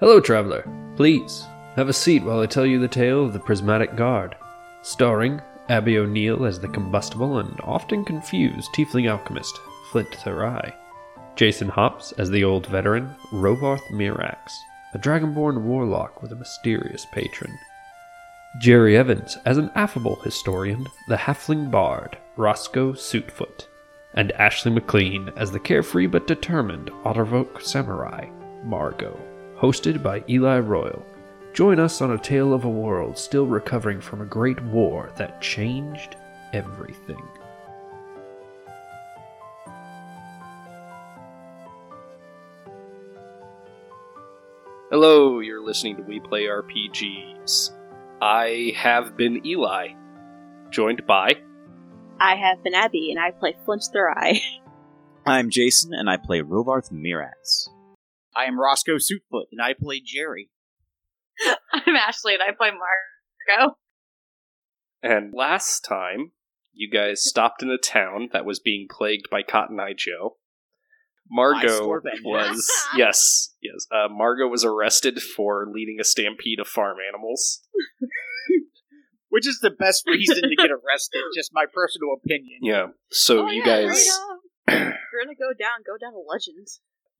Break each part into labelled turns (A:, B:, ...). A: Hello, traveler. Please, have a seat while I tell you the tale of the Prismatic Guard. Starring Abby O'Neill as the combustible and often confused tiefling alchemist, Flint Therai. Jason Hops as the old veteran, Rovarth Mirax, a dragonborn warlock with a mysterious patron. Jerry Evans as an affable historian, the halfling bard, Roscoe Suitfoot. And Ashley McLean as the carefree but determined Ottervoke samurai, Margot hosted by Eli Royal. Join us on a tale of a world still recovering from a great war that changed everything. Hello, you're listening to We Play RPGs. I have been Eli, joined by.
B: I have been Abby, and I play Flint Thurai.
C: I'm Jason, and I play Rovarth Mirax.
D: I am Roscoe Suitfoot, and I play Jerry.
E: I'm Ashley, and I play Marco.
A: And last time, you guys stopped in a town that was being plagued by Cotton Eye Joe. Margot
D: swore vengeance.
A: was yes, yes. Uh, Margot was arrested for leading a stampede of farm animals.
D: Which is the best reason to get arrested, just my personal opinion.
A: Oh, Yeah. So
B: Oh,
A: you guys,
B: We're gonna go down, go down a legend.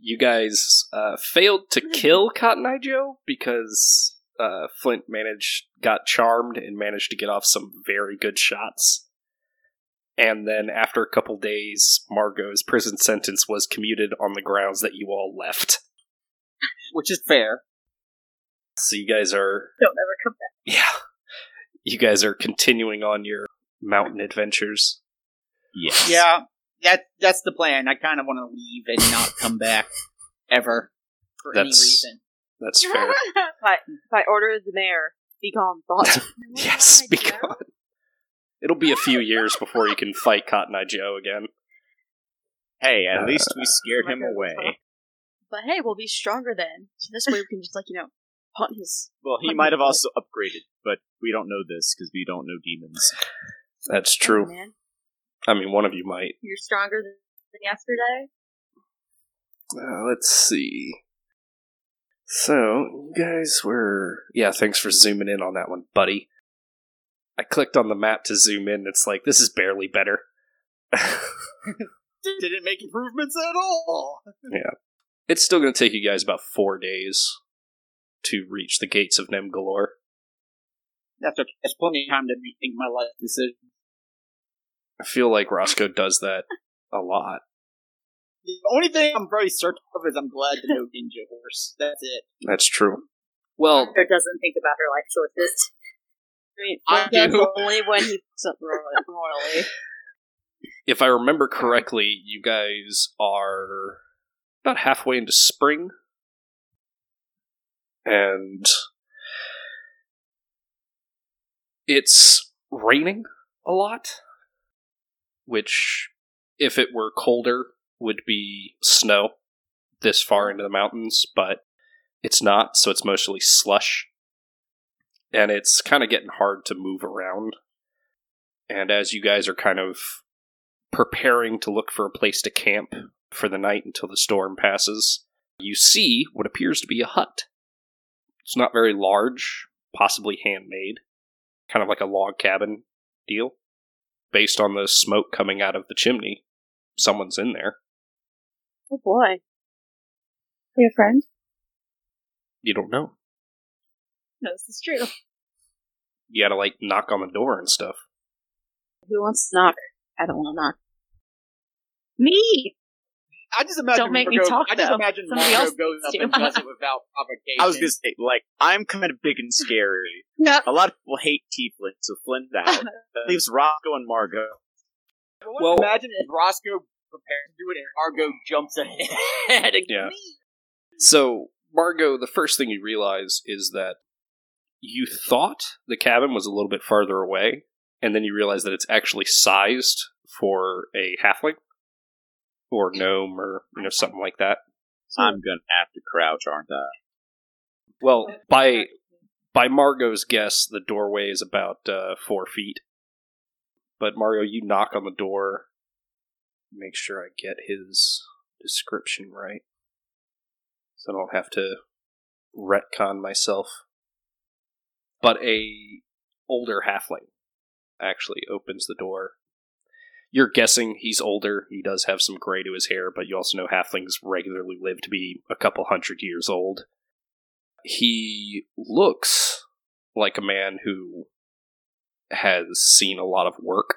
A: you guys uh, failed to kill Cotton Eye Joe because uh, Flint managed got charmed and managed to get off some very good shots. And then after a couple days, Margot's prison sentence was commuted on the grounds that you all left.
D: Which is fair.
A: So you guys are
E: Don't ever come back.
A: yeah, you guys are continuing on your mountain adventures.
C: Yes.
D: Yeah, that that's the plan. I kind of want to leave and not come back ever for any
A: That's-
D: reason.
A: That's fair.
B: By, by order of the mayor, be gone, thought.
A: yes, because it'll be a few years before you can fight Cotton Eye Joe again.
C: Hey,
D: Uh,
C: at least we scared him away.
B: but hey, we'll be stronger then. So this way we can just, like, you know, hunt his.
C: Well, he might have also upgraded, but we don't know this because we don't know demons.
A: That's true.
B: Man,
A: I mean, one of you might.
E: You're stronger than, than yesterday.
A: Uh, let's see. So, you guys were. Yeah, thanks for zooming in on that one, buddy. I clicked on the map to zoom in. It's like, this is barely better.
D: Did it make improvements at all?
A: it's still going to take you guys about four days to reach the gates of Nemgalore.
D: That's okay. That's plenty of time to rethink my life decision.
A: I feel like Roscoe does that a lot.
D: The only thing I'm very certain of is I'm glad to know Ninja Horse. That's it.
A: That's true. Well,
E: Marco doesn't think about her life choices.
B: I mean,
D: I
B: I guess
D: do.
B: only when he puts up royally. royally.
A: if I remember correctly, you guys are about halfway into spring. And it's raining a lot, which, if it were colder, would be snow this far into the mountains, but it's not, so it's mostly slush. And it's kind of getting hard to move around. And as you guys are kind of preparing to look for a place to camp for the night until the storm passes, you see what appears to be a hut. It's not very large, possibly handmade, kind of like a log cabin deal. Based on the smoke coming out of the chimney, someone's in there.
B: Oh boy.
E: Your friend?
A: You don't know.
B: No, this is true.
A: You gotta like knock on the door and stuff.
B: Who wants to knock? I don't want to knock.
E: Me!
D: I just imagine
E: Don't make me
D: Margot,
E: talk,
D: I just
E: though.
D: imagine
E: Somebody
D: Margot
E: else
D: goes up
E: needs
D: and
E: to.
D: does it without provocation.
C: I was gonna say, like, I'm kind of big and scary.
E: Yep.
C: A lot of people hate tieflings, so Flint's out. That leaves Roscoe and Margot.
A: Well-
D: well, imagine if Roscoe prepares to do it and Margot jumps ahead. again.
A: Yeah. So, Margot, the first thing you realize is that you thought the cabin was a little bit farther away, and then you realize that it's actually sized for a halfling or gnome or you know something like that.
C: I'm gonna have to crouch, aren't I?
A: Well, by by Margot's guess, the doorway is about uh, four feet. But Mario, you knock on the door. Make sure I get his description right, so I don't have to retcon myself, but a older halfling actually opens the door. You're guessing he's older. He does have some gray to his hair, but you also know halflings regularly live to be a couple hundred years old. He looks like a man who has seen a lot of work,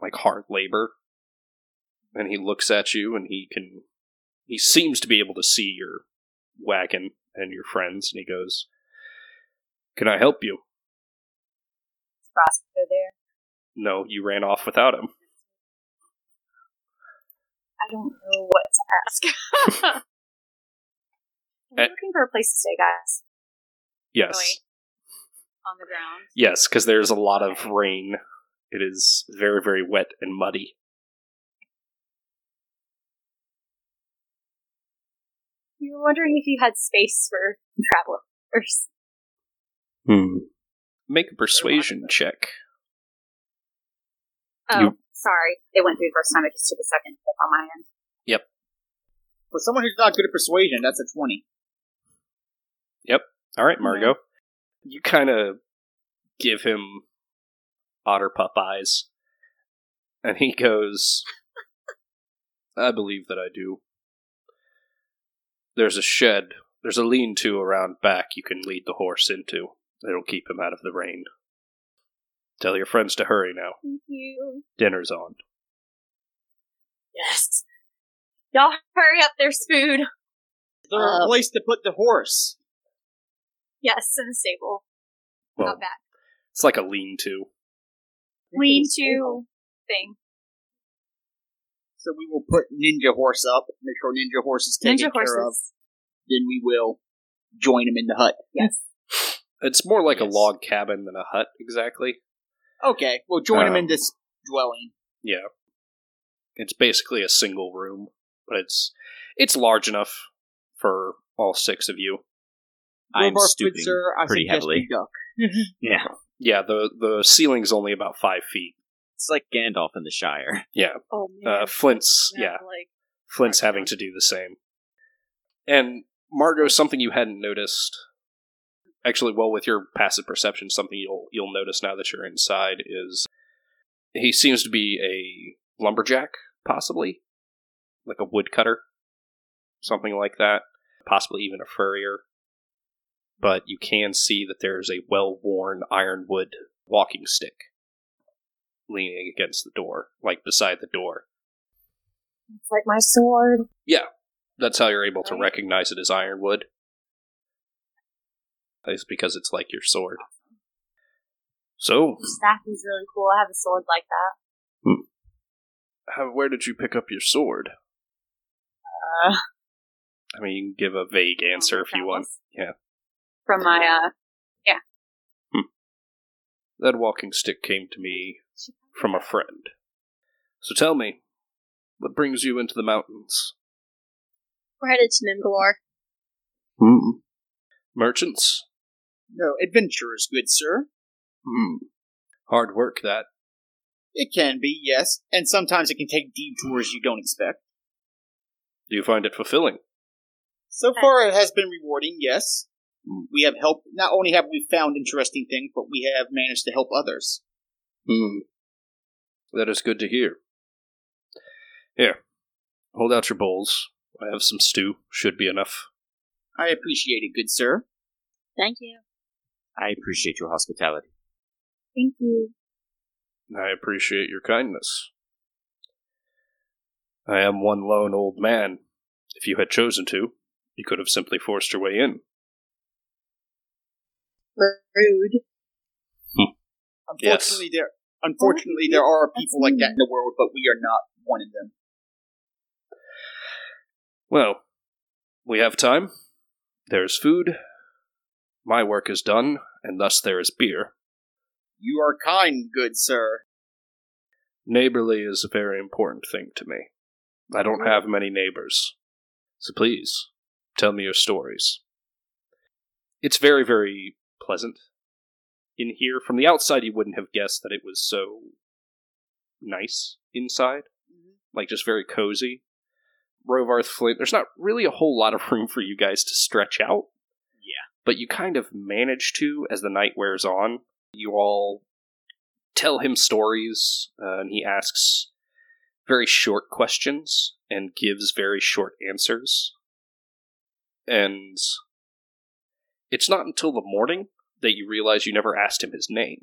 A: like hard labor. And he looks at you and he can he seems to be able to see your wagon and your friends and he goes, "Can I help you?"
B: Frosty there.
A: No, you ran off without him.
B: I don't know what to ask. We're
A: Eh.
B: looking for a place to stay, guys.
A: Yes.
B: Really? On the ground.
A: Yes, because there's a lot of rain. It is very, very wet and muddy.
B: We were wondering if you had space for travelers.
A: Hmm. Make a persuasion check.
B: Oh,
A: You-
B: sorry. It went through the first time. I just took a second clip on my end.
D: For someone who's not good at persuasion, that's a 20.
A: All right, Margot. You kind of give him otter pup eyes, and he goes, I believe that I do. There's a shed, there's a lean to around back you can lead the horse into. It'll keep him out of the rain. Tell your friends to hurry now.
B: Thank you.
A: Dinner's on.
B: Yes. Y'all hurry up. There's food.
D: Is there a
F: Uh,
D: place to put the horse?
B: Yes, in the stable.
A: Well,
B: Not bad.
A: It's like a lean to.
B: Lean to thing.
D: So we will put Ninja Horse up, make sure Ninja Horse is taken
B: Ninja
D: care of.
B: horses.
D: Then we will join him in the hut.
B: Yes.
A: It's more like a
D: Yes.
A: log cabin than a hut, exactly.
D: Okay, we'll join him
C: Um,
A: Uh,
D: in this dwelling.
A: Yeah. It's basically a single room, but it's it's large enough for all six of you.
C: I'm
D: Wilbur
C: stooping.
D: Spitzer, I
C: pretty
D: suggest you
C: heavily.
D: duck.
C: Yeah.
A: Yeah, the the ceiling's only about five feet.
C: It's like Gandalf in the Shire.
F: Oh man.
A: Uh, Flint's
F: Not
A: yeah,
F: Like,
A: Flint's having to do the same. And Margot, something you hadn't noticed, actually, well, with your passive perception, something you'll you'll notice now that you're inside is he seems to be a lumberjack, possibly like a woodcutter, something like that, possibly even a furrier. But you can see that there's a well-worn ironwood walking stick leaning against the door, like beside the door.
B: It's like my sword.
A: That's how you're able to
B: Right.
A: recognize it as ironwood. Is because it's like your sword. So,
B: Your staff is really cool. I have a sword like that.
A: how, where did you pick up your sword?
B: Uh,
A: I mean, you can give a vague answer if you want. Yeah.
B: From my uh,
A: That walking stick came to me from a friend. So tell me, what brings you into the mountains?
F: we're headed to Nimgalore.
A: Hmm. Merchants?
D: No, adventurers, good sir.
A: Hmm. Hard work, that.
D: It can be, yes. And sometimes it can take detours you don't expect.
A: Do you find it fulfilling?
D: So far, it has been rewarding, yes.
A: Hmm.
D: We have helped, not only have we found interesting things, but we have managed to help others.
A: Hmm. That is good to hear. Here, hold out your bowls. I have some stew. Should be enough.
D: I appreciate it, good sir.
F: Thank you.
C: I appreciate your hospitality.
B: thank you.
A: I appreciate your kindness. I am one lone old man. If you had chosen to, you could have simply forced your way in.
F: Rude.
A: Yes.
D: Unfortunately, there unfortunately there are people like that in the world, but we are not one of them.
A: Well, we have time. There is food. My work is done, and thus there is beer.
D: You are kind, good sir.
A: Neighborly is a very important thing to me. I don't have many neighbors. So please, tell me your stories. It's very, very pleasant in here. From the outside, you wouldn't have guessed that it was so nice inside. Like, just very cozy. Rovarth Flint, there's not really a whole lot of room for you guys to stretch out. but you kind of manage to as the night wears on. You all tell him stories, uh, and he asks very short questions and gives very short answers. And it's not until the morning that you realize you never asked him his name.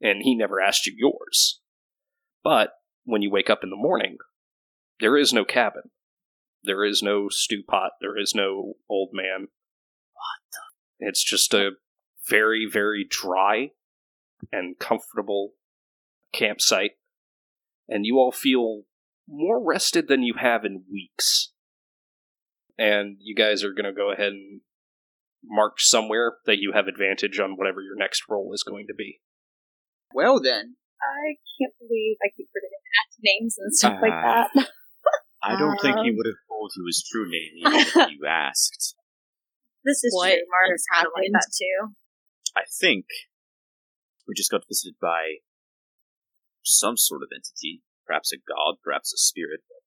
A: And he never asked you yours. But when you wake up in the morning, there is no cabin. There is no stew pot. There is no old man. What the? It's just a very, very dry and comfortable campsite. And you all feel more rested than you have in weeks. And you guys are going to go ahead and mark somewhere that you have advantage on whatever your next roll is going to be.
D: Well then,
B: I can't believe I keep forgetting to ask names and stuff like
C: Ah.
B: that.
C: I don't think he
B: Um.
C: would have told you his true name even if you asked.
B: This is
F: What
B: true. Mara's
F: has
B: kind of like
F: happened?
B: that too.
C: I think we just got visited by some sort of entity, perhaps a god, perhaps a spirit. But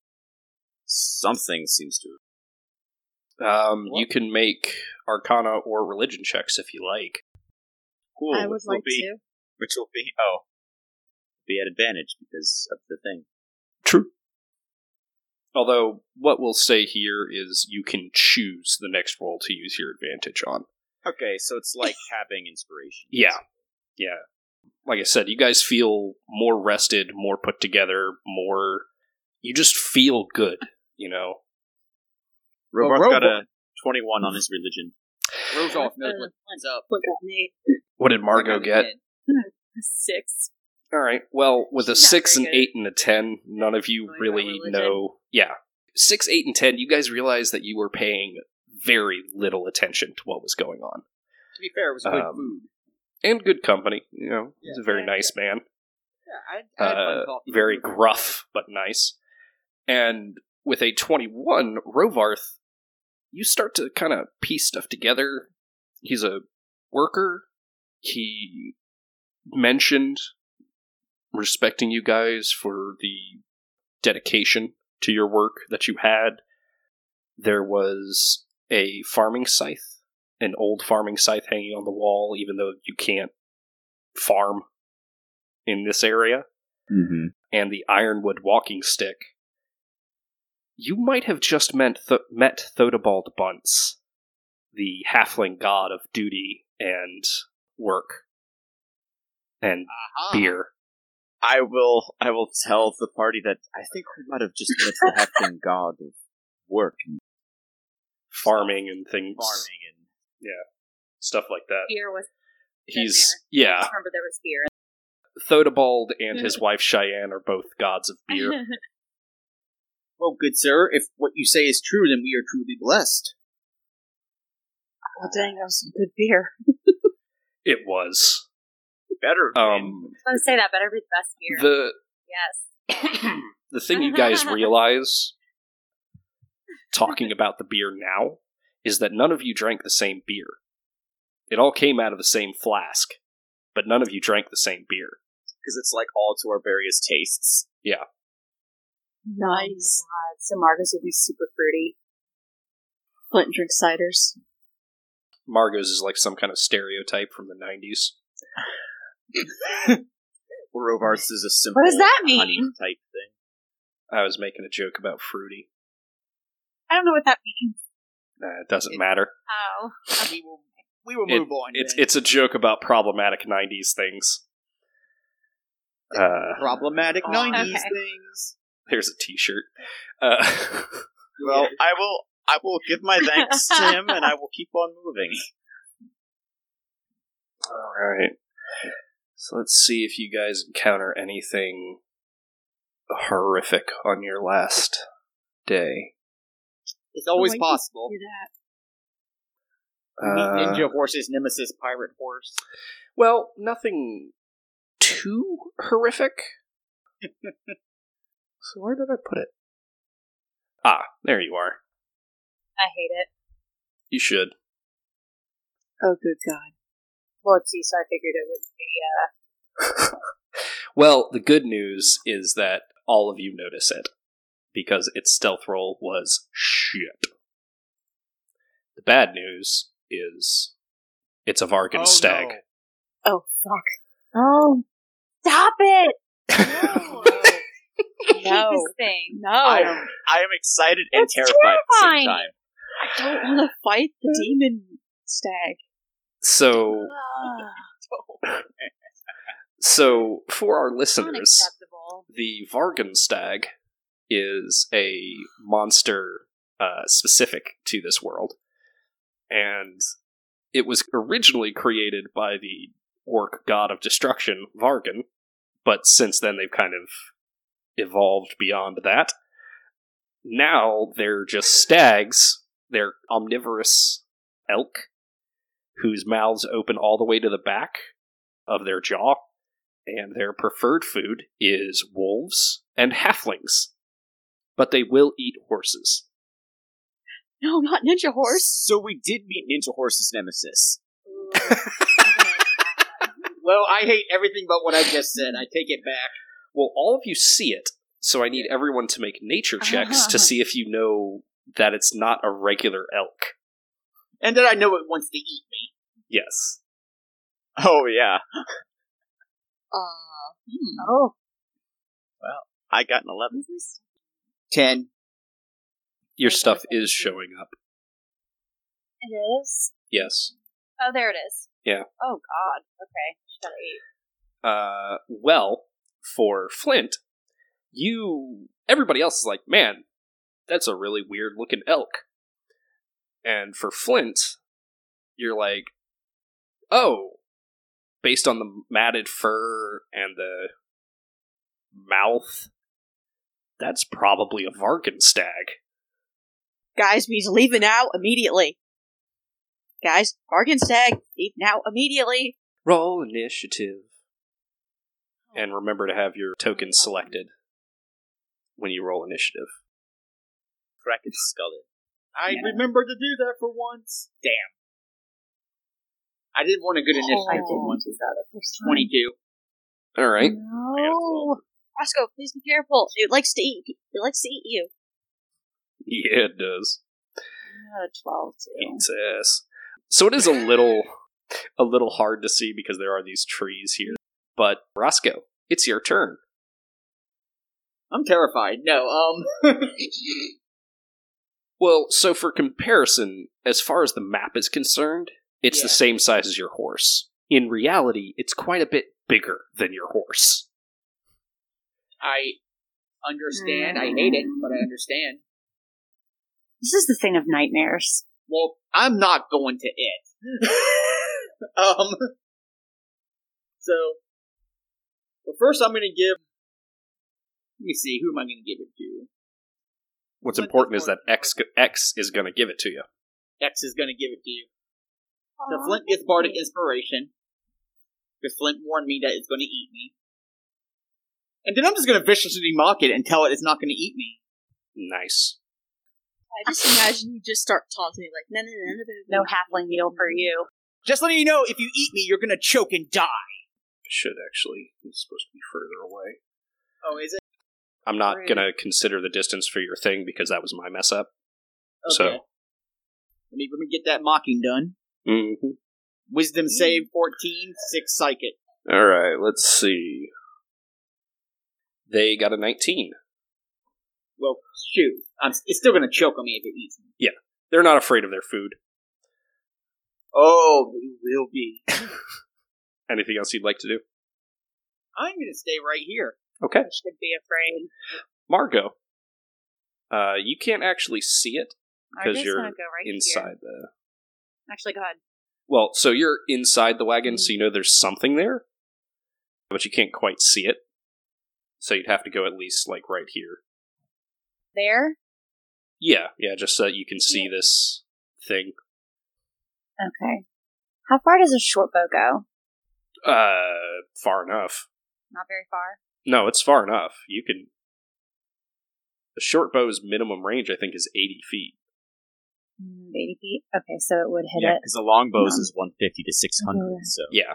C: something seems to.
A: Um, you can make Arcana or Religion checks if you like.
C: Cool.
F: I would
C: which
F: like
C: will be,
F: to.
C: Which will be oh, be at advantage because of the thing.
A: True. Although, what we'll say here is you can choose the next roll to use your advantage on.
C: Okay, so it's like having inspiration.
A: Yeah. Yeah. Like I said, you guys feel more rested, more put together, more. You just feel good, you know?
C: Robarth
D: Well,
C: got
D: Robar-
C: a twenty-one on his religion.
D: Rozoff knows
F: Uh,
D: what's up.
F: Look at me.
A: What did Margot get?
F: A Six.
A: All right. Well, with a
F: She's not
A: six,
F: very
A: an
F: good.
A: eight, and a ten, none of you
F: Really
A: really,
F: about religion.
A: know. Yeah, six, eight, and ten. You guys realize that you were paying very little attention to what was going on,
D: To be fair, it was good
A: Um,
D: food.
A: and good company. You know, he's
D: Yeah.
A: a very
F: Yeah,
A: nice man,
D: Yeah, I, I had fun
A: uh,
D: talking.
A: very gruff but nice. And with a twenty-one, Rovarth, you start to kind of piece stuff together. He's a worker. He mentioned respecting you guys for the dedication to your work that you had. There was a farming scythe, an old farming scythe hanging on the wall, even though you can't farm in this area,
C: Mm-hmm.
A: and the ironwood walking stick. You might have just met, Th- met Thodobald Bunce, the halfling god of duty and work and
D: Ah,
A: beer.
C: I will. I will tell the party that I think we might have just met the hefting god of work and
A: farming and things,
C: farming and
A: stuff like that.
B: Beer was.
A: He's
B: I
A: yeah.
B: just remember there was beer.
A: Thodobald and his wife Cheyenne are both gods of beer.
D: Well, good sir, if what you say is true, then we are truly blessed.
B: Oh,
F: well, dang, that was some good beer.
A: it was
C: better.
A: um
B: I was gonna say that better be the best beer.
A: the
B: yes.
A: the thing you guys realize talking about the beer now is that none of you drank the same beer. It all came out of the same flask, but none of you drank the same beer.
C: because it's like all to our various tastes.
F: Nice.
B: Oh God, so Margo's would be super fruity.
F: Flint drinks ciders.
A: Margot's is like some kind of stereotype from the 90s.
C: Rovarth is a simple.
B: does that mean?
C: Honey type thing.
A: I was making a joke about fruity.
B: I don't know what that means.
A: Uh, it doesn't
D: It-
A: matter.
B: Oh.
D: We will, we will move on.
A: It's
D: then.
A: it's a joke about problematic '90s things. Uh,
D: problematic
F: Oh,
D: 90s
B: okay.
D: things.
A: there's a T-shirt. Uh,
C: Well, I will. I will give my thanks to him, and I will keep on moving.
A: all right. So let's see if you guys encounter anything horrific on your last day.
D: It's always
F: Wait,
D: possible.
F: Hear that.
D: Meet
A: Uh,
D: Ninja horses, nemesis, pirate horse.
A: Well, nothing too horrific. so where did I put it? Ah, there you are.
B: I hate it.
A: You should.
F: Oh, good God.
B: Well, it's you, so I figured it would be. Uh,
A: Well, the good news is that all of you notice it because its stealth roll was shit. The bad news is it's a Vargan
G: Oh,
A: stag.
G: no.
B: Oh fuck. Oh, stop it!
G: No.
B: I hate
F: No.
B: this thing.
F: No,
C: I
F: I
C: am, I am excited and
B: It's
C: terrified at the
B: terrifying.
C: same time.
F: don't want to fight the demon stag.
A: So
F: Ah.
A: so for our listeners,
B: Unacceptable.
A: the Vargan stag is a monster uh, specific to this world, and it was originally created by the orc god of destruction, Vargan, but since then they've kind of evolved beyond that. Now they're just stags. They're omnivorous elk whose mouths open all the way to the back of their jaw and their preferred food is wolves and halflings. But they will eat horses.
F: no, not ninja horse.
C: So we did meet Ninja Horse's nemesis.
D: Well, I hate everything but what I just said. I take it back.
A: Well, all of you see it, so I need everyone to make nature checks to see if you know that it's not a regular elk.
D: And then I know it wants to eat me.
A: Yes.
C: Oh yeah,
F: Uh,
D: Hmm.
B: Oh,
C: I got an eleven.
D: Ten.
A: Your stuff is showing up.
B: it is.
A: Yes.
B: Oh, there it is.
A: Yeah.
B: Oh God. Okay. She's got an eight.
A: Uh, well, for Flint, you. Everybody else is like, man, that's a really weird looking elk. And for Flint, you're like, oh, based on the matted fur and the mouth, that's probably a Vargan stag.
F: guys, we need to leave it now immediately. Guys, bargain stag, leave now immediately.
A: Roll initiative. And remember to have your tokens selected when you roll initiative.
C: Kraken skull it.
D: I remember to do that for once. Damn. I didn't want a good initiative
F: I didn't
D: for once.
B: Oh, do that the first
D: Twenty-two.
A: All right.
B: No.
F: Roscoe, please be careful. It likes to eat. It likes to eat you.
A: Yeah, it does.
F: Uh, Twelve. Too.
A: Eats ass. So it is a little, a little hard to see because there are these trees here. But Roscoe, it's your turn.
D: I'm terrified. No. Um.
A: Well, so for comparison, as far as the map is concerned, it's the
D: Yeah.
A: same size as your horse. In reality, it's quite a bit bigger than your horse.
D: I understand. I hate it, but
B: Mm.
D: I understand.
B: This is the thing of nightmares.
D: Well, I'm not going to it. um. So, well, first I'm going to give. Let me see. Who am I going to give it to?
A: What's
D: But
A: important
D: the
A: is that
D: horse-
A: X go- X is going to give it to you.
D: X is going to give it to you. So Flint gets bardic inspiration because Flint warned me that it's going to eat me. And then I'm just going to viciously mock it and tell it it's not going to eat me.
A: Nice.
F: I just imagine you just start taunting me like, no, no, no, no, no,
B: No halfling meal for you.
D: Just letting you know, if you eat me, you're going to choke and die.
A: Should actually. It's supposed to be further away.
D: Oh, is it?
A: I'm not
B: Rude.
A: going to consider the distance for your thing because that was my mess up.
D: Okay.
A: So-
D: let me let me get that mocking done.
A: Mm-hmm.
B: Mm.
D: Wisdom save 14, 6 psychic.
A: All right, let's see. They got a 19.
D: Well, shoot. I'm, it's still going to choke on me if it eats me.
A: They're not afraid of their food.
D: Oh, you will be.
A: Anything else you'd like to do?
D: I'm going to stay right here.
A: Okay.
B: I should be afraid.
A: Margot, uh, you can't actually see it
B: I
A: 'Cause
B: just
A: you're
B: want to go right Here.
A: inside the.
B: Actually, go ahead.
A: Well, so you're inside the wagon, so you know there's something there, but you can't quite see it. So you'd have to go at least, like, right here.
B: There.
A: Yeah, yeah, just so that you can see this thing.
B: Okay. How far does a short bow go?
A: Uh, far enough.
B: Not very far.
A: No, it's far enough. You can. The short bow's minimum range, I think, is 80 feet.
B: Mm, Eighty feet. Okay, so it would hit
C: Yeah,
B: it.
C: because the longbows is one fifty to six hundred.
B: Yeah.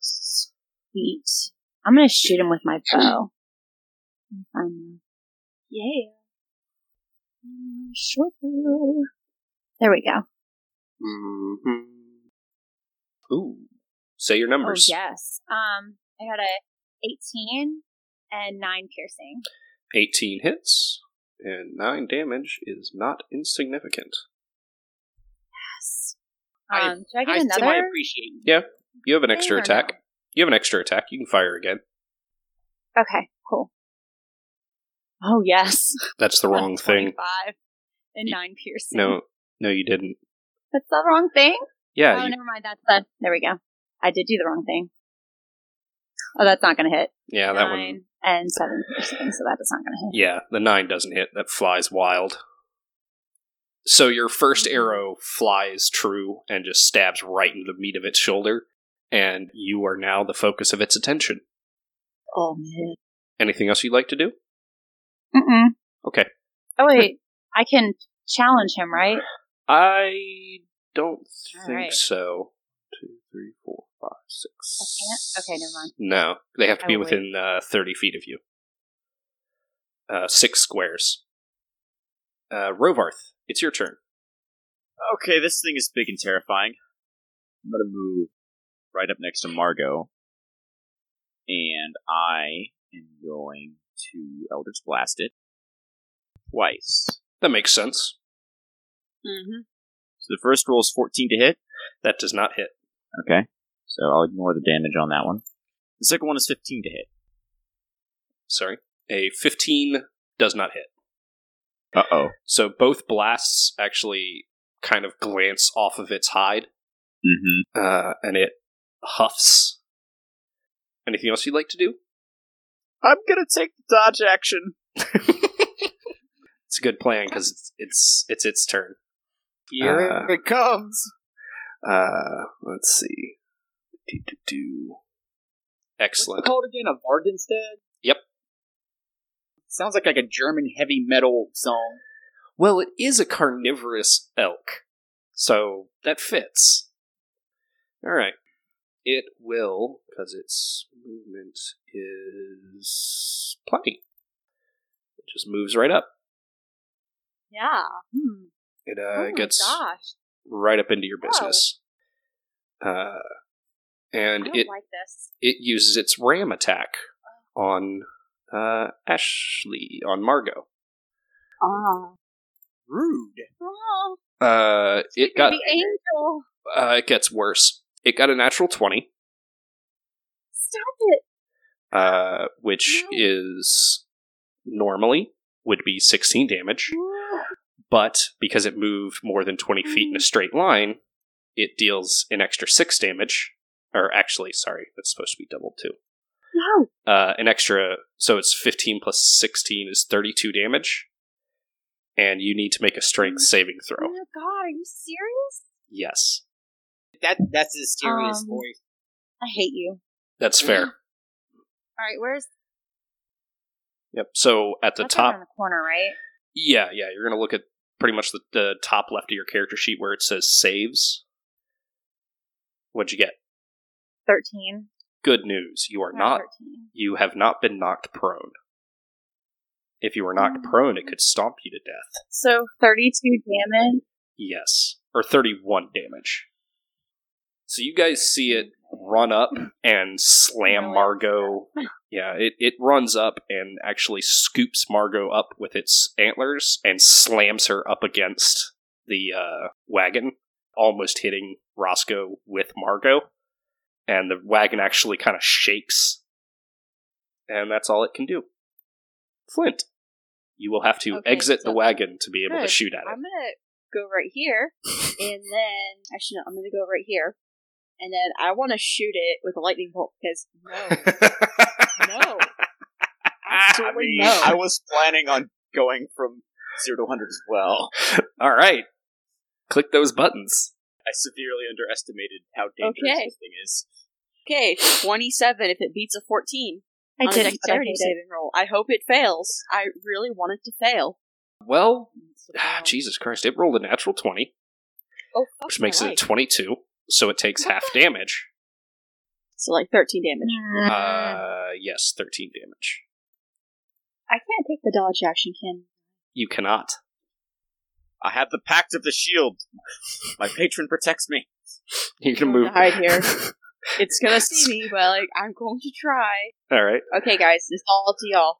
C: So
A: Yeah.
B: Sweet. I'm gonna shoot him with my bow. Let me find my- Yeah. Mm, Short bow. There we go.
A: Mm-hmm. Ooh. Say your numbers.
B: Oh yes. Um, I got a 18 and nine piercing.
A: 18 hits, and 9 damage is not insignificant.
B: Yes.
D: I-
B: Um, do I get
D: I
B: another?
D: semi appreciate you.
A: You have an extra
B: Fair
A: attack.
B: enough.
A: You have an extra attack. You can fire again.
B: Okay, cool. Oh yes.
A: That's
B: Oh,
A: the wrong thing.
B: Five and
A: Y-
B: nine piercing.
A: No, no, you didn't.
B: that's the wrong thing.
A: Yeah,
B: oh,
A: you,
B: never mind. That's the. There we go. I did do the wrong thing. Oh, that's not going to hit.
A: yeah, that one.
B: Nine and seven piercing, so that is not going to hit.
A: Yeah, the nine doesn't hit. That flies wild. So your first
B: Mm-hmm.
A: arrow flies true and just stabs right into the meat of its shoulder, and you are now the focus of its attention.
F: Oh man.
A: Anything else you'd like to do?
B: Mm-mm.
A: Okay.
B: Oh wait, I can challenge him, right?
A: I don't
B: All
A: think
B: right.
A: so. Two, three, four, five, six.
B: I can't? Okay, never mind.
A: No, they have to
B: I
A: be
B: will wait.
A: within uh, thirty feet of you. Uh, six squares. Uh, Rovarth, it's your turn.
C: Okay, this thing is big and terrifying. I'm gonna move right up next to Margot, and I am going to Eldritch Blast it twice.
A: That makes sense.
F: Mm-hmm.
C: So the first roll is 14 to hit.
A: That does not hit.
C: Okay, so I'll ignore the damage on that one. The second one is 15 to hit.
A: Sorry, a fifteen does not hit.
C: Uh oh.
A: So both blasts actually kind of glance off of its hide,
C: Mm-hmm.
A: uh, and it huffs. Anything else you'd like to do?
C: I'm gonna take the dodge action.
A: It's a good plan because it's, it's it's its turn.
D: Here
A: Uh,
D: it comes.
A: Uh, let's see. Do, do, do. Excellent.
D: What's it called again? A Vardenstag?
A: Yep.
D: Sounds like like a German heavy metal song.
A: Well, it is a carnivorous elk, so that fits. All right. It will, because its movement is plenty. It just moves right up.
B: Yeah. Hmm.
A: It
B: oh
A: uh,
B: my
A: gets
B: gosh,
A: right up into your
B: Whoa.
A: business. Uh,
B: I
A: and
B: don't
A: it
B: like this.
A: it uses its ram attack on uh, Ashley on Margot.
B: Oh.
D: Rude.
B: Oh,
A: Uh, it got
B: the angel.
A: uh, it gets worse. It got a natural twenty,
B: Stop it.
A: uh, which
B: No.
A: is normally would be sixteen damage, but because it moved more than twenty feet
B: Mm-hmm.
A: in a straight line, it deals an extra six damage. Or actually, sorry, that's supposed to be doubled too.
B: No.
A: uh, an extra so it's 15 plus 16 is 32 damage and you need to make a strength saving
B: Oh
A: throw
B: my god, are you serious?
A: yes
D: That that's a serious
B: Um,
D: voice.
B: I hate you.
A: that's fair
B: All right, where's
A: yep so at the
B: that's over
A: top
B: in the corner, right?
A: yeah yeah you're gonna look at pretty much the, the top left of your character sheet where it says saves what'd you get
B: Thirteen.
A: good news you are
B: Yeah,
A: not
B: Thirteen.
A: you have not been knocked prone if you were knocked
B: Mm.
A: prone it could stomp you to death
B: So thirty-two damage.
A: Yes, or 31 damage. So you guys see it run up and slam
B: Really?
A: Margot. Yeah, it, it runs up and actually scoops Margot up with its antlers and slams her up against the uh, wagon, almost hitting Roscoe with Margot. And the wagon actually kind of shakes. And that's all it can do. Flint, you will have to
B: Okay,
A: exit
B: so-
A: the wagon to be able to
B: Good.
A: shoot at it.
B: I'm gonna go right here, and then actually, no, I'm gonna go right here, and then I want to shoot it with a lightning bolt because no, no, absolutely no.
C: I
B: I,
C: was planning on going from zero to 100 as well.
A: All right. Click those buttons.
C: I severely underestimated how dangerous
B: Okay.
C: this thing is.
F: Okay, twenty-seven. If it beats a fourteen on a
B: did it, but I
F: dexterity
B: hate it.
F: saving roll, I hope it fails. I really want it to fail.
A: Well, Jesus Christ, it rolled a natural 20,
F: Oh, fuck
A: Ah, which
F: my
A: makes it a
F: life.
A: 22, so it takes half damage.
F: so like thirteen damage.
B: Mm-hmm.
A: Uh, yes, 13 damage.
B: I can't take the dodge action, Ken.
A: You cannot.
C: I have the Pact of the Shield. My patron protects me.
A: You're gonna
B: I'm gonna
A: move.
B: hide here. It's gonna see me, but like I'm going to try.
A: All right,
B: Okay, guys, it's all up to y'all.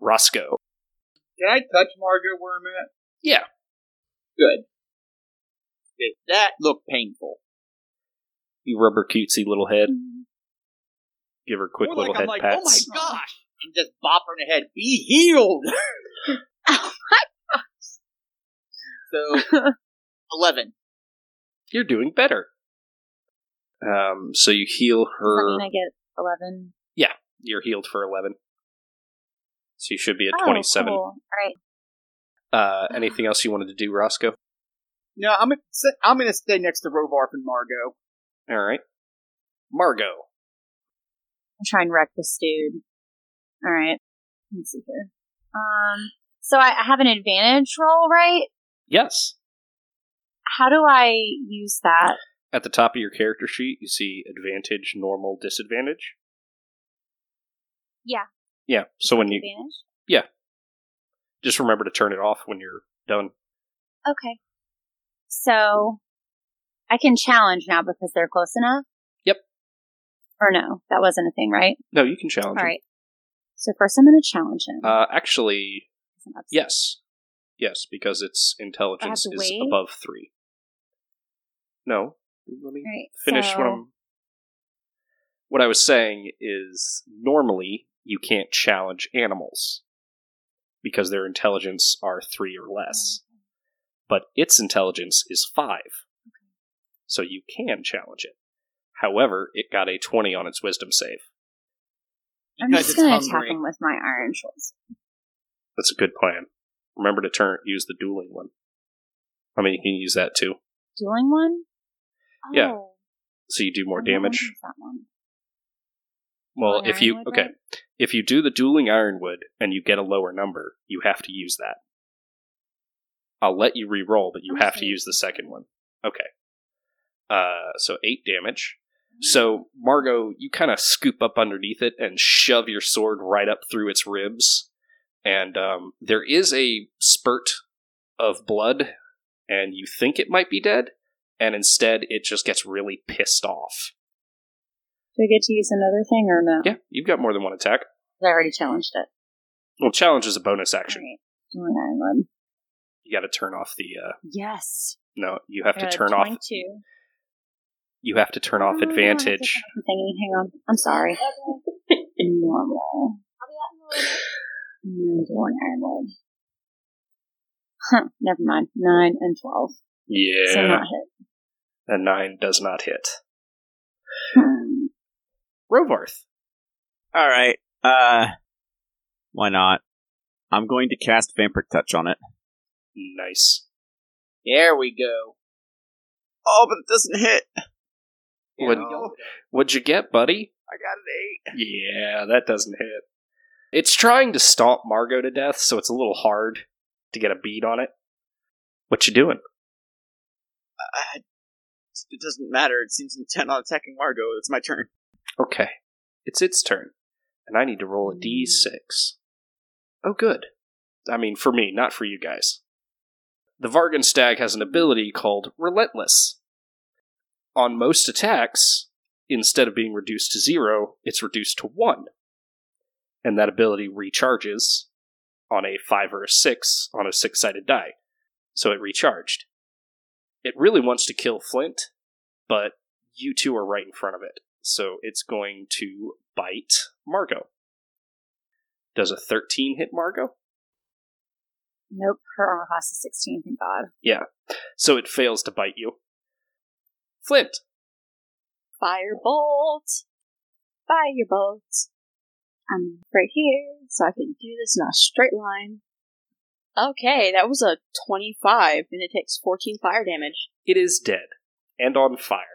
A: Roscoe.
D: Can I touch Margot where I'm at?
A: Yeah.
D: Good. 'Cause That looked painful.
A: You rub her cutesy little head. Give her quick
D: More
A: little
D: like
A: head
D: I'm like,
A: pats.
D: oh my gosh, and just bop her in the head. Be healed.
B: Oh
D: so eleven.
A: You're doing better. Um, so you heal
B: I
A: her.
B: mean, I get eleven.
A: You're healed for eleven. So you should be at
B: Oh,
A: twenty-seven.
B: cool. Uh-huh. All
A: Uh,
B: right.
A: anything else you wanted to do, Roscoe?
D: No, I'm gonna sit- I'm gonna stay next to Rovarp and Margot.
A: All right, Margot.
B: I'm trying to wreck this dude. All right. Let's see here. Um. So I, I have an advantage roll, right?
A: Yes.
B: How do I use that?
A: At the top of your character sheet, you see advantage, normal, disadvantage.
B: Yeah.
A: Yeah. So when you
B: Advantage.
A: just remember to turn it off when you're done.
B: Okay. So I can challenge now because they're close enough.
A: Yep.
B: Or no, that wasn't a thing, right?
A: No, you can challenge.
B: All
A: him.
B: right. So first, I'm going to challenge him.
A: Uh, actually,
B: I'm upset.
A: yes, yes, because its intelligence
B: to
A: is
B: wait?
A: above three. No, let me
B: All right,
A: finish
B: so,
A: what I'm. What I was saying is normally you can't challenge animals because their intelligence are three or less,
B: Oh,
A: but its intelligence is five, so you can challenge it. However, it got a twenty on its wisdom save.
B: I'm
D: Because
B: just
D: it's
B: going to attack
D: hungry.
B: him with my iron swords.
A: That's a good plan. Remember to turn use the dueling one. I mean, you can use that too,
B: Dueling one?
A: Yeah,
B: Oh,
A: so you do more
B: I'm not gonna
A: damage.
B: use that one.
A: Well,
B: Dueling
A: if you
B: ironwood,
A: okay,
B: right?
A: if you do the dueling ironwood and you get a lower number, you have to use that. I'll let you re-roll, but you
B: I'm
A: have to
B: sorry.
A: use the second one. Okay. Uh, so eight damage.
B: Mm-hmm.
A: So Margot, you kind of scoop up underneath it and shove your sword right up through its ribs, and um, there is a spurt of blood, and you think it might be dead, and instead it just gets really pissed off.
B: Do I get to use another thing or no?
A: Yeah, you've got more than one attack.
B: 'Cause I already challenged it.
A: Well, challenge is a bonus
B: All
A: action.
B: right. Dueling ironwood.
A: You got to turn off the. Uh,
B: Yes.
A: no, you have to
B: Uh,
A: turn off.
B: 22.
A: You have to turn off
B: Oh,
A: advantage.
B: I think I have to Hang on. I'm sorry. normal. Mm, One ironwood. Huh, never mind. Nine and twelve. So
A: Yeah,
B: not hit.
A: a nine does not hit.
B: Hmm.
A: Rovarth.
C: All right. Uh, why not? I'm going to cast Vampiric Touch on it.
A: Nice.
D: There we go.
C: Oh, but it doesn't hit.
D: There
A: Would-
D: we go.
A: What'd you get, buddy?
C: I got an
A: Yeah, that doesn't hit. It's trying to stomp Margot to death, so it's a little hard to get a bead on it. What you doing?
C: eight. Uh, it doesn't matter. It seems intent on attacking Margot. It's my turn.
A: Okay, it's its turn, and I need to roll a d6. Oh, good. I mean, for me, not for you guys. The Vargan Stag has an ability called Relentless. On most attacks, instead of being reduced to zero, it's reduced to one. And that ability recharges on a five or a six on a six sided die. So it recharged. It really wants to kill Flint, but you two are right in front of it. So it's going to bite Margot. Does a 13 hit Margot?
B: Nope. Her armor class is sixteen. Thank God.
A: So it fails to bite you. Flint,
B: Firebolt. Firebolt. I'm right here, so I can do this in a straight line.
F: Okay, that was a 25, and it takes 14 fire damage.
A: it is dead and on fire.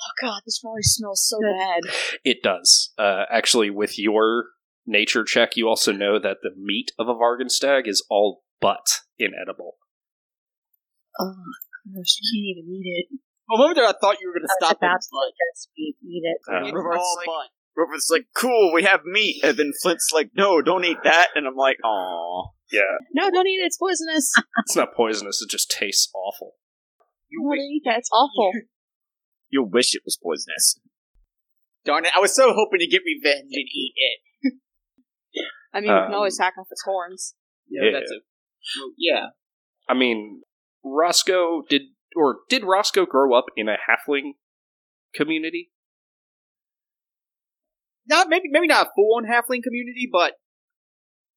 F: Oh god, this probably smells so
B: Good.
F: bad.
A: It does. Uh, actually, with your nature check, you also know that the meat of a Vargan stag is all but inedible.
F: Oh, gosh, you can't even eat it.
D: For a moment there, I thought you were going to
B: I was
D: stop
B: about
D: at
B: to
D: butt.
B: just eat, eat it.
A: Uh,
C: Rovar's
D: All
C: like-
D: butt.
C: Rover's like, cool, we have meat. And then Flint's like, no, don't eat that. And I'm like, aw.
A: Yeah,
F: No, don't eat it. It's poisonous.
A: it's not poisonous. It just tastes awful.
C: You
B: What do
C: wi-
B: you think? That's awful.
C: you wish it was poisonous.
D: Darn it, I was so hoping to get revenge and eat it.
B: I mean, we can
A: Um,
B: always hack off its horns.
D: Yeah. That's a, well, yeah.
A: I mean, Roscoe did, or did Roscoe grow up in a halfling community?
D: Not maybe maybe not a full on halfling community, but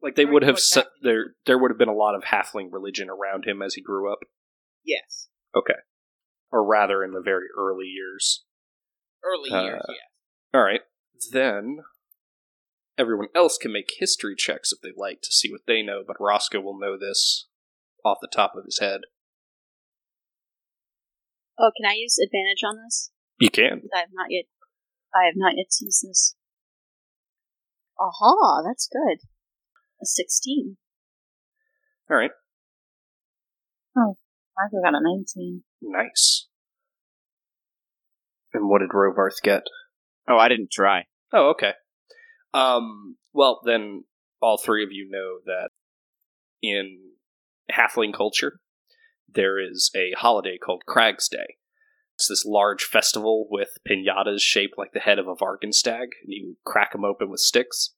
A: Like they
D: Very
A: would have
D: much
A: set
D: halfling.
A: there. There would have been a lot of halfling religion around him as he grew up,
D: yes.
A: or rather, in the very early years.
D: Early
A: Uh,
D: years, yeah.
A: All right, then everyone else can make history checks if they like to see what they know, but Roscoe will know this off the top of his head.
B: Oh, can I use advantage on this?
A: You can.
B: I have not yet. I have not yet used this. Aha, that's good. A sixteen.
A: All right.
B: Marco got Oh, a nineteen.
A: Nice. And what did Rovarth get?
C: Oh, I didn't try.
A: Oh, okay. Um, well, then all three of you know that in halfling culture, there is a holiday called Crag's Day. It's this large festival with pinatas shaped like the head of a Vargan stag, and you crack them open with sticks.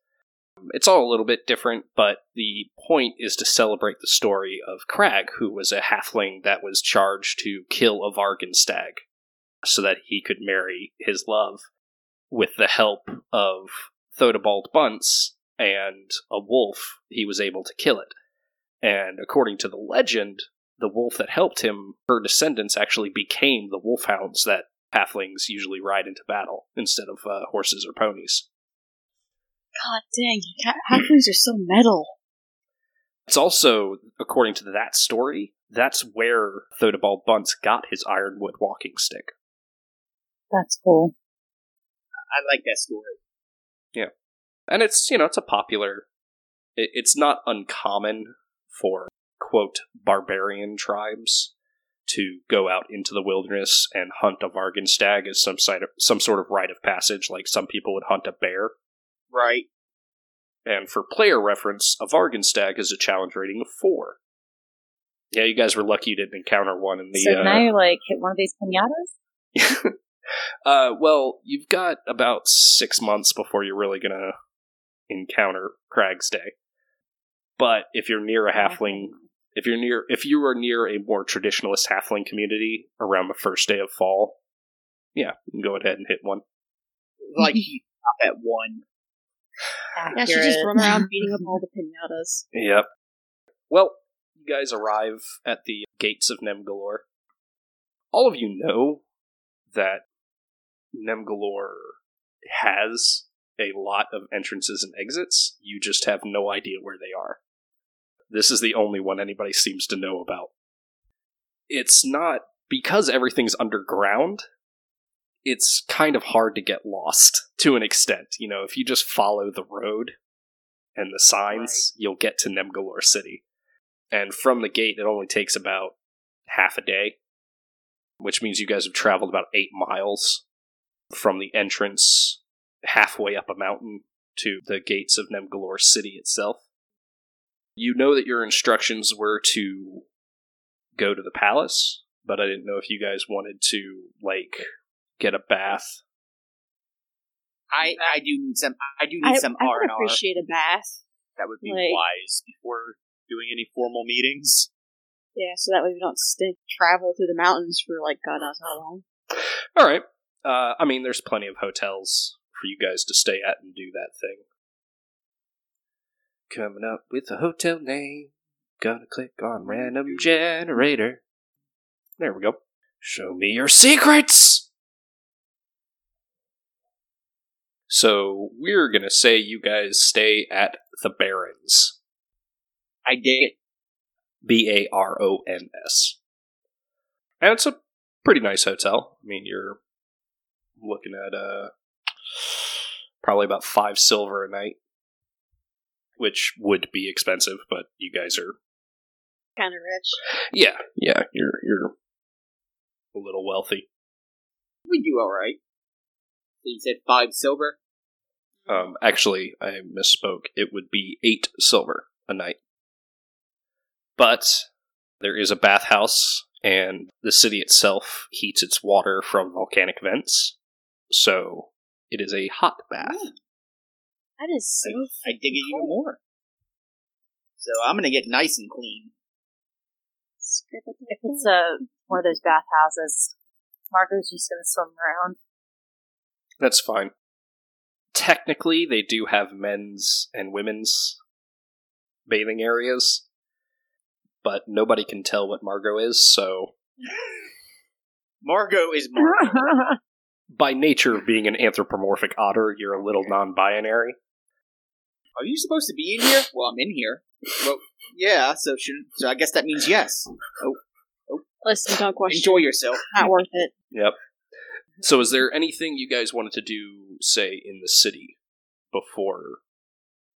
A: It's all a little bit different, but the point is to celebrate the story of Crag, who was a halfling that was charged to kill a Vargan stag so that he could marry his love with the help of Thodobald Bunce and a wolf, he was able to kill it. And according to the legend, the wolf that helped him, her descendants actually became the wolfhounds that halflings usually ride into battle instead of uh, horses or ponies.
B: God dang, ha- halflings are so metal.
A: It's also, according to that story, that's where Thodobald Bunce got his ironwood walking stick.
B: That's cool.
D: I like that story.
A: and it's you know it's a popular it, it's not uncommon for quote barbarian tribes to go out into the wilderness and hunt a vargan stag as some side of, some sort of rite of passage like some people would hunt a bear
D: Right.
A: and for player reference a vargan stag is a challenge rating of 4 yeah you guys were lucky you didn't encounter one in the uh,
B: you're like hit one of these pinatas.
A: uh, well, you've got about six months before you're really gonna encounter Crag's Day. But if you're near a halfling, if you're near, if you are near a more traditionalist halfling community around the first day of fall, yeah, you can go ahead and hit one.
D: Like he up at one.
B: Yeah, she just run around beating up all the pinatas.
A: Yep. Well, you guys arrive at the gates of Nemgalore. All of you know that Nemgalore has a lot of entrances and exits. You just have no idea where they are. This is the only one anybody seems to know about. It's not because everything's underground. It's kind of hard to get lost to an extent. You know, if you just follow the road, and the signs, you'll get to Nemgalore City. And from the gate, it only takes about half a day, which means you guys have traveled about eight miles from the entrance halfway up a mountain to the gates of Nemgalore City itself. You know that your instructions were to go to the palace, but I didn't know if you guys wanted to, like, get a bath.
D: I I do need some I do
B: I,
D: need some
B: I
D: R
B: would
D: and R.
B: appreciate a bath.
C: That would be
B: Like-
C: wise before doing any formal meetings.
B: Yeah, so that way we don't stink, travel through the mountains for like God knows how long.
A: All right. Uh, I mean, there's plenty of hotels for you guys to stay at and do that thing. Coming up with a hotel name. Gonna click on random generator. There we go. Show me your secrets! So, we're gonna say you guys stay at the Barons.
D: I dig it.
A: B A R O N S. And it's a pretty nice hotel. I mean, you're looking at uh, probably about five silver a night, which would be expensive, but you guys are
B: Kind of rich.
A: yeah, yeah, you're you're a little wealthy.
D: We do alright. So you said five silver?
A: Um, actually, I misspoke. It would be eight silver a night. But there is a bathhouse, and the city itself heats its water from volcanic vents. So it is a hot bath.
B: That is so.
D: I dig it even more. So I'm gonna get nice and clean.
G: If it's a one of those bathhouses, Marco's just gonna swim around.
A: That's fine. Technically, they do have men's and women's bathing areas, but nobody can tell what Margot is, so
C: Margot is Margot.
A: by nature of being an anthropomorphic otter, you're a little non binary.
D: Are you supposed to be in here? Well, I'm in here. Well, yeah. So shouldn't. So I guess that means yes.
B: Listen, don't question.
D: Enjoy yourself.
F: Not worth it.
A: Yep. So, is there anything you guys wanted to do, say, in the city before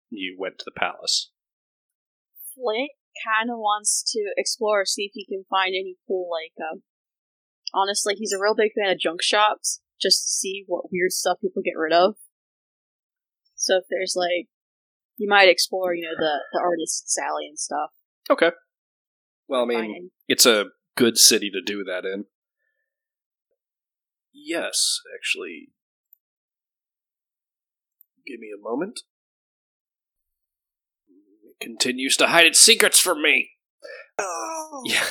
A: you went to the palace?
B: Flint kind of wants to explore, see if he can find any cool, like, um, honestly, he's a real big fan of junk shops just to see what weird stuff people get rid of. So if there's, like, you might explore, you know, the, the artist's alley and stuff.
A: Okay. Well, I
B: Find
A: mean,
B: any-
A: it's a good city to do that in. Yes, actually. Give me a moment. It continues to hide its secrets from me.
B: Oh.
A: Yeah,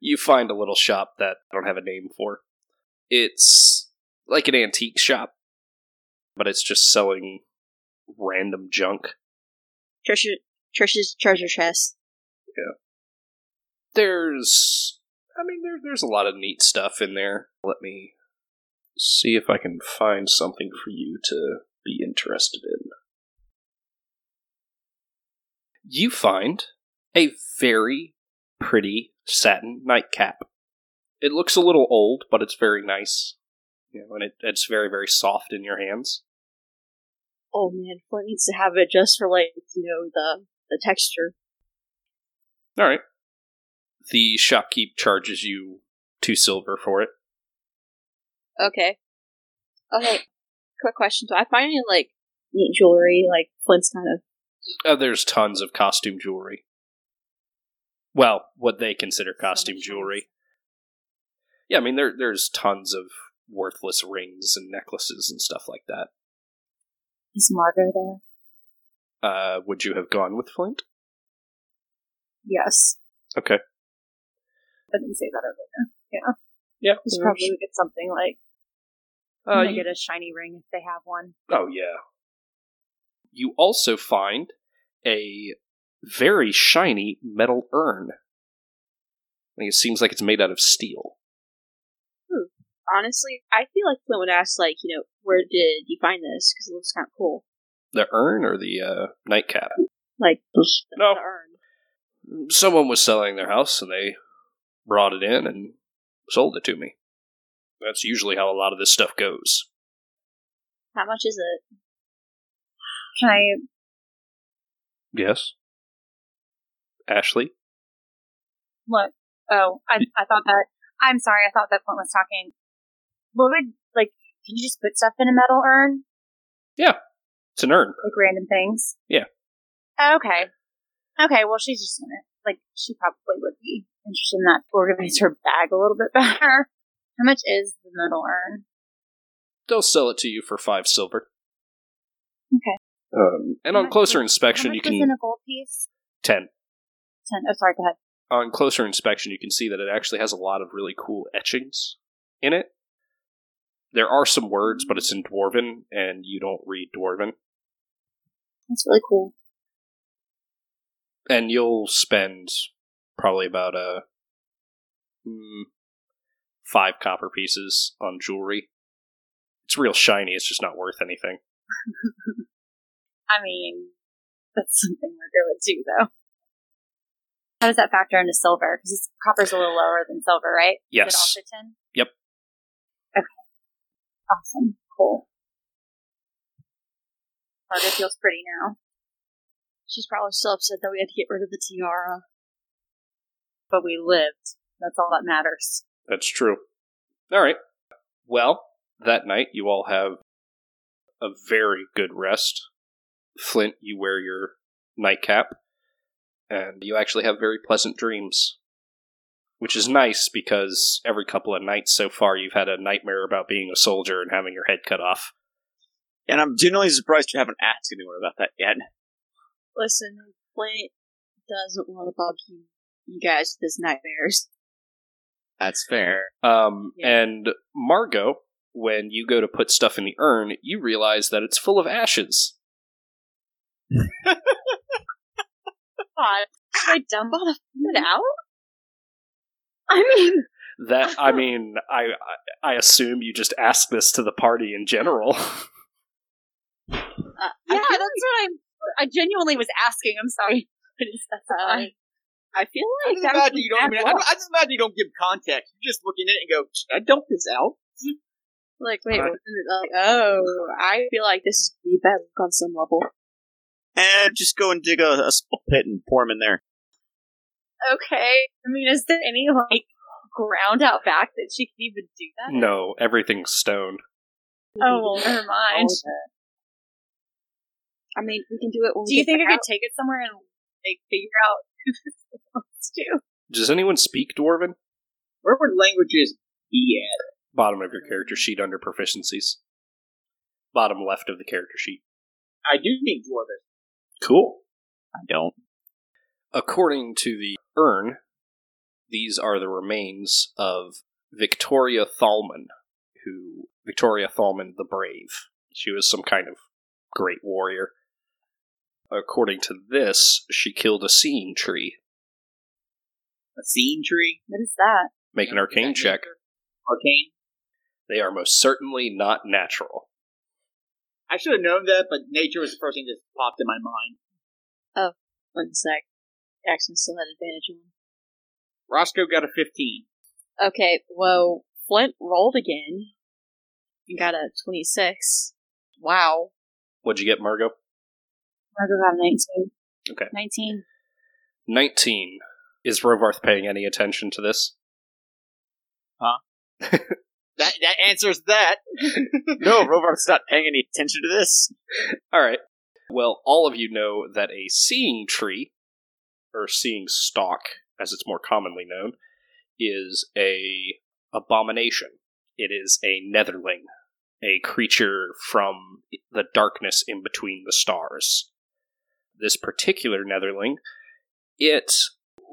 A: you find a little shop that I don't have a name for. It's like an antique shop, but it's just selling random junk.
B: Trisha, Trisha's treasure chest.
A: there's I mean there there's a lot of neat stuff in there. Let me see if I can find something for you to be interested in. You find a very pretty satin nightcap. It looks a little old, but it's very nice. You know, and it, it's very, very soft in your hands.
B: Oh man, Flint needs to have it just for, like, you know, the, the texture.
A: All right. The shopkeep charges you two silver for it.
B: Okay. Okay. Quick question: Do I find any like neat jewelry? Like Flint's kind of
A: Oh, there's tons of costume jewelry. Well, what they consider costume jewelry. Yeah, I mean there there's tons of worthless rings and necklaces and stuff like that.
G: Is Margot there?
A: Uh, would you have gone with Flint?
G: Yes.
A: Okay.
G: I didn't say that earlier. Yeah.
A: Yeah.
G: He's probably gonna get something like
A: Uh,
G: I'm gonna
A: you-
G: get a shiny ring if they have one.
A: oh yeah. You also find a very shiny metal urn. I think it seems like it's made out of steel.
B: honestly, I feel like Flint would ask, like, you know, where did you find this? Because it looks kind of cool.
A: The urn or the uh, nightcap?
B: Like the,
A: No.
B: the urn.
A: someone was selling their house and they brought it in and sold it to me. That's usually how a lot of this stuff goes.
B: How much is it?
G: Can I
A: Yes. Ashley?
G: look oh, I I thought that I'm sorry, I thought that Clint was talking. What would like can you just put stuff in a metal urn?
A: It's an urn.
G: Like random things? Oh,
A: Yeah.
G: Okay. Okay, well she's just gonna like she probably would be interested in that to organize her bag a little bit better. How much is the metal urn?
A: They'll sell it to you for five silver.
G: Okay.
A: Um, and
G: How
A: on
G: much
A: closer
G: was-
A: inspection,
G: How
A: you
G: much was in
A: can.
G: a gold piece?
A: Ten.
G: Ten. Oh, sorry. Go ahead.
A: On closer inspection, you can see that it actually has a lot of really cool etchings in it. There are some words, but it's in Dwarven, and you don't read Dwarven.
B: That's really cool.
A: and you'll spend probably about uh mm, five copper pieces on jewelry. It's real shiny. It's just not worth anything.
G: I mean, that's something Margot would do, though. How does that factor into silver? Because copper's a little lower than silver, right? Is
A: Yes.
G: it also tin?
A: Yep.
G: Okay. Awesome. Cool. Margot feels pretty now,
B: She's probably so upset that we had to get rid of the tiara.
G: but we lived. That's all that matters.
A: That's true. All right. Well, that night you all have a very good rest. Flint, you wear your nightcap. and you actually have very pleasant dreams, which is nice because every couple of nights so far you've had a nightmare about being a soldier and having your head cut off.
C: And I'm genuinely surprised you haven't asked anyone about that yet.
B: Listen, Flint doesn't want to bug you, you guys with his nightmares.
C: That's fair.
A: Um,
B: Yeah.
A: And Margot, when you go to put stuff in the urn, you realize that it's full of ashes.
H: God, should I dump all the food out? I mean,
A: That I mean, I I I assume you just ask this to the party in general.
H: uh,
I: Yeah,
H: yeah, that's what I'm. I genuinely was asking. I'm sorry. I didn't specify.
B: I feel
D: I
B: like
D: just
B: that
D: imagine
B: would
D: you don't
B: be
D: even, I,
B: bad
D: don't- I just imagine you don't give context. You just look in it and go, "Should I dump this out.
I: Like, wait,
H: Uh,
B: luck. Like, oh, I feel like this is the bad luck on some level.
C: And Eh, just go and dig a, a spit pit and pour them in there.
H: Okay. I mean, is there any like ground out back that she could even do that?
B: Hmm.
A: no, everything's stone.
H: Oh, well, never mind.
I: I mean, we can do it when
H: Do
I: we
H: you
I: get
H: think I
I: back
H: could take it somewhere and like figure out who this belongs to?
A: Does anyone speak Dwarven?
D: Where would languages be at?
A: Bottom of your character sheet under proficiencies. Bottom left of the character sheet.
D: I do think dwarven.
A: Cool.
C: I don't.
A: According to the urn, these are the remains of Victoria Thalman, who Victoria Thalman the Brave. She was some kind of great warrior. According to this, she killed a seeing tree.
D: A scene tree?
H: What is that?
A: Make an arcane
D: Is that
A: check.
D: nature? Arcane?
A: They are most certainly not natural.
D: I should have known that, but nature was the first thing that popped in my mind.
B: One sec. Jackson still had advantage on him.
D: Roscoe got a 15.
B: Okay, well, Flint rolled again and got a 26. Wow.
A: What'd you get, Margot?
H: Margo got a 19.
A: Okay.
H: 19.
A: 19. Is Rovarth paying any attention to this?
D: That that answers that.
C: no, Rovarth's not paying any attention to this.
A: All right. Well, all of you know that a seeing tree, or seeing stalk, as it's more commonly known, is a abomination. It is a netherling, a creature from the darkness in between the stars. This particular netherling, it,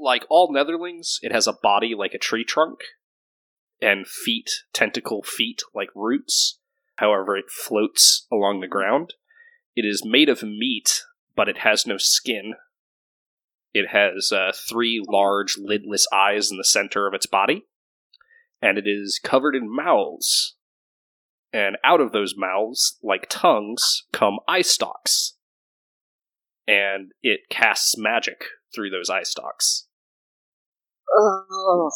A: like all netherlings, it has a body like a tree trunk, and feet, tentacle feet like roots. However, it floats along the ground. It is made of meat, but it has no skin. It has uh, three large lidless eyes in the center of its body, and it is covered in mouths. And out of those mouths, like tongues, come eye stalks. And it casts magic through those eye stalks.
B: Ugh.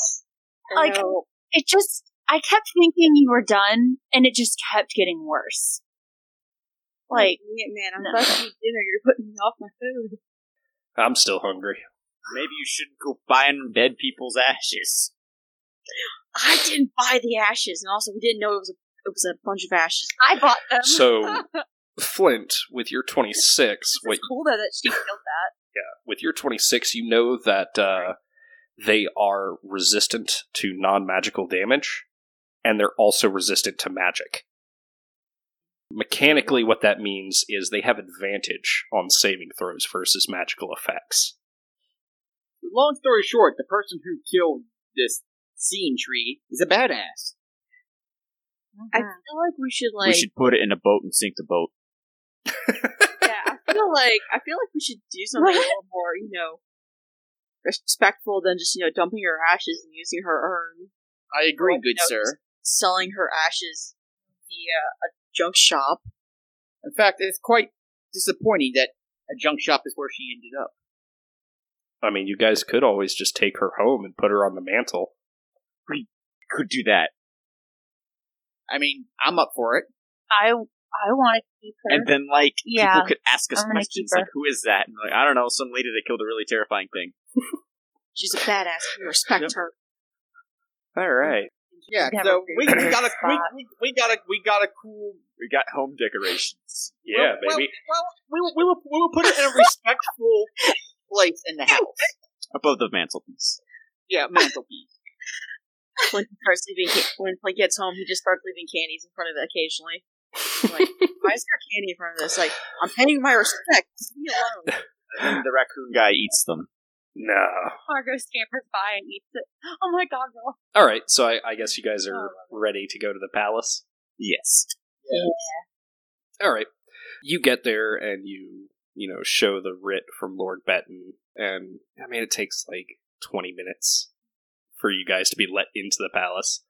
H: Like-
B: No.
H: It just, I kept thinking you were done, and it just kept getting worse. Like,
B: Yeah, man, I'm
H: No.
B: about to eat dinner. You're putting me off my food.
A: I'm still hungry.
C: Maybe you shouldn't go buying dead people's ashes.
B: I didn't buy the ashes, and also we didn't know it was a, it was a bunch of ashes.
H: I bought them.
A: So, Flint, with your 26, what
H: it's cool though that she killed that.
A: with your 26 you know that uh, they are resistant to non-magical damage and they're also resistant to magic mechanically what that means is they have advantage on saving throws versus magical effects
D: Long story short, the person who killed this scene tree is a badass.
B: I feel like we should like
C: we should put it in a boat and sink the boat.
B: yeah, I feel like I feel like we should do something a little more, you know, respectful than just you know dumping her ashes and using her urn,
D: I agree,
B: Oh,
D: good
B: no.
D: sir.
B: selling her ashes via a junk shop.
D: In fact, it's quite disappointing that a junk shop is where she ended up.
A: i mean you guys could always just take her home and put her on the mantle
C: Could do that.
D: I mean, I'm up for it.
H: I, I want to keep her.
C: And then, like,
H: Yeah.
C: people could ask us
H: I'm gonna keep
C: questions
H: her.
C: like, who is that? And, like, I don't know, some lady that killed a really terrifying thing.
B: She's a badass. We respect
C: Yep.
B: her.
A: all right
D: Yeah,
H: Yeah,
D: so
H: we're
D: we
H: good.
D: got a we, we, we got a we got a cool.
C: We got home decorations.
A: yeah
D: well,
A: baby
D: Well, we will, we will we will put it in a respectful place in the house.
C: above the mantelpiece.
D: Yeah, mantelpiece.
F: Flint starts leaving. ca- When Flint gets home, he just starts leaving candies in front of it occasionally. Like, why is there a candy in front of this? Like, I'm paying my respects. Leave me alone.
C: And the raccoon guy eats them.
A: No.
G: Margo scampers by and eats it. Oh my god, girl.
A: All right, so I, I guess you guys are ready to go to the palace.
C: Yes.
A: All right, you get there and you you know show the writ from Lord Benton, and I mean it takes like twenty minutes for you guys to be let into the palace,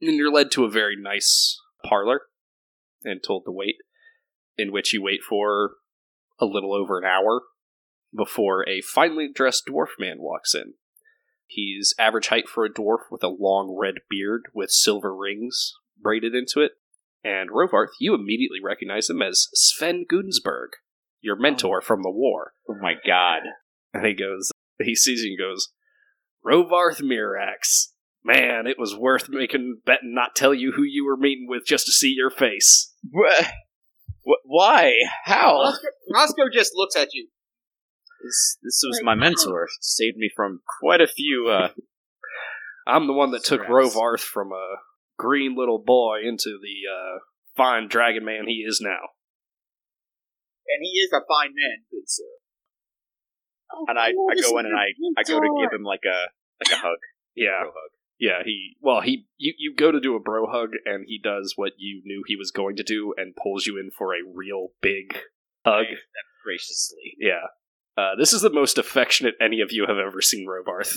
A: and you're led to a very nice parlor and told to wait, in which you wait for a little over an hour before a finely dressed dwarf man walks in. He's average height for a dwarf with a long red beard with silver rings braided into it. And Rovarth, you immediately recognize him as Sven Gudensberg, your mentor from the war.
C: Oh my god.
A: And he goes, he sees you and goes, Rovarth Mirax, man, it was worth making bet and not tell you who you were meeting with just to see your face.
C: Wh- wh- Why? How?
D: Roscoe, Roscoe just looks at you.
C: This, this was my mentor. Saved me from quite a few. Uh,
A: I'm the one that took
C: Mirax.
A: Rovarth from a green little boy into the uh, fine dragon man he is now.
D: And he is a fine man, good sir.
C: and I,
G: Oh,
C: I go in and I, I go to give him like a like a hug.
A: Yeah. Yeah, he well, he you, you go to do a bro hug and he does what you knew he was going to do and pulls you in for a real big hug.
C: Graciously.
A: Yeah. Uh, this is the most affectionate any of you have ever seen Robarth.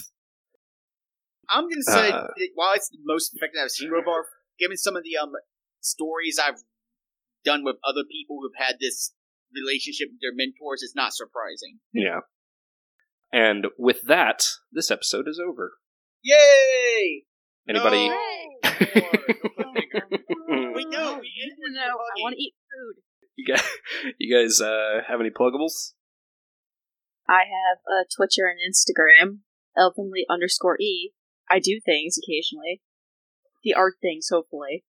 D: I'm gonna say
A: Uh.
D: that while it's the most effective I've seen Robar, given some of the um stories I've done with other people who've had this relationship with their mentors, it's not surprising.
A: Yeah. And with that, this episode is over.
D: Yay!
A: Anybody
D: No. we know we ended with
B: No, I
D: hugging.
B: want to eat food.
A: you guys, you guys uh, have any pluggables?
F: I have a Twitter and Instagram, elvenly underscore e. I do things occasionally, the art things hopefully.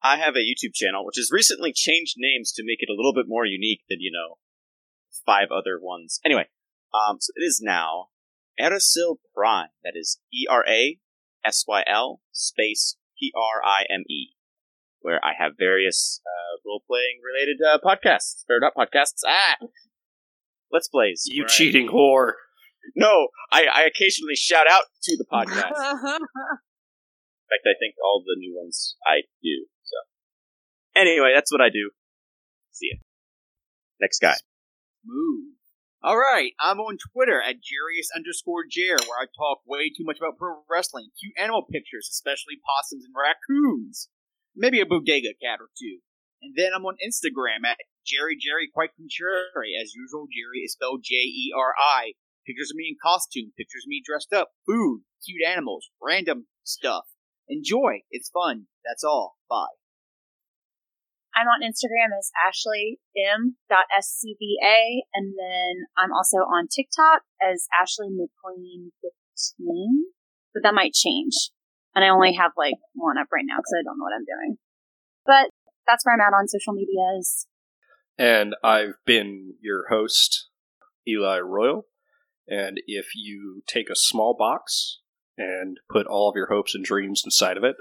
C: I have a YouTube channel which has recently changed names to make it a little bit more unique than you know five other ones. Anyway, um, so it is now Erasil Prime. That is E R A S Y L space P R I M E, where I have various uh, role playing related uh, podcasts or not podcasts. Ah, let's plays.
A: You
C: where I-
A: cheating whore.
C: No, I, I occasionally shout out to the podcast. In fact, I think all the new ones I do. So, anyway, that's what I do. See ya. Next guy.
D: move. All right, I'm on Twitter at Jarius underscore Jer, where I talk way too much about pro wrestling, cute animal pictures, especially possums and raccoons, maybe a bodega cat or two. And then I'm on Instagram at Jerry Jerry quite contrary. As usual, Jerry is spelled J E R I. Pictures of me in costume, pictures of me dressed up, food, cute animals, random stuff. Enjoy, it's fun. That's all. Bye.
G: I'm on Instagram as Ashley M.SCVA, and then I'm also on TikTok as Ashley McQueen15, but that might change. And I only have like one up right now because I don't know what I'm doing. But that's where I'm at on social medias.
A: And I've been your host, Eli Royal. And if you take a small box and put all of your hopes and dreams inside of it,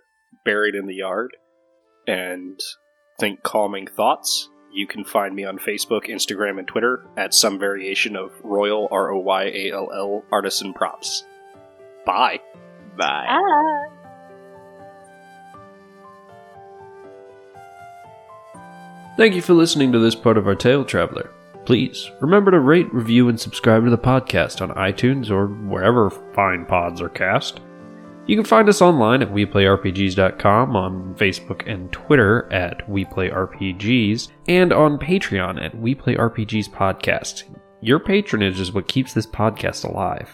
A: buried in the yard, and think calming thoughts, you can find me on Facebook, Instagram, and Twitter at some variation of Royal R O Y A L L Artisan Props. Bye.
C: Bye.
G: Ah.
J: Thank you for listening to this part of our tale, Traveler. Please remember to rate, review, and subscribe to the podcast on iTunes or wherever fine pods are cast. You can find us online at weplayrpgs.com, on Facebook and Twitter at weplayrpgs, and on Patreon at weplayrpgs podcast. Your patronage is what keeps this podcast alive.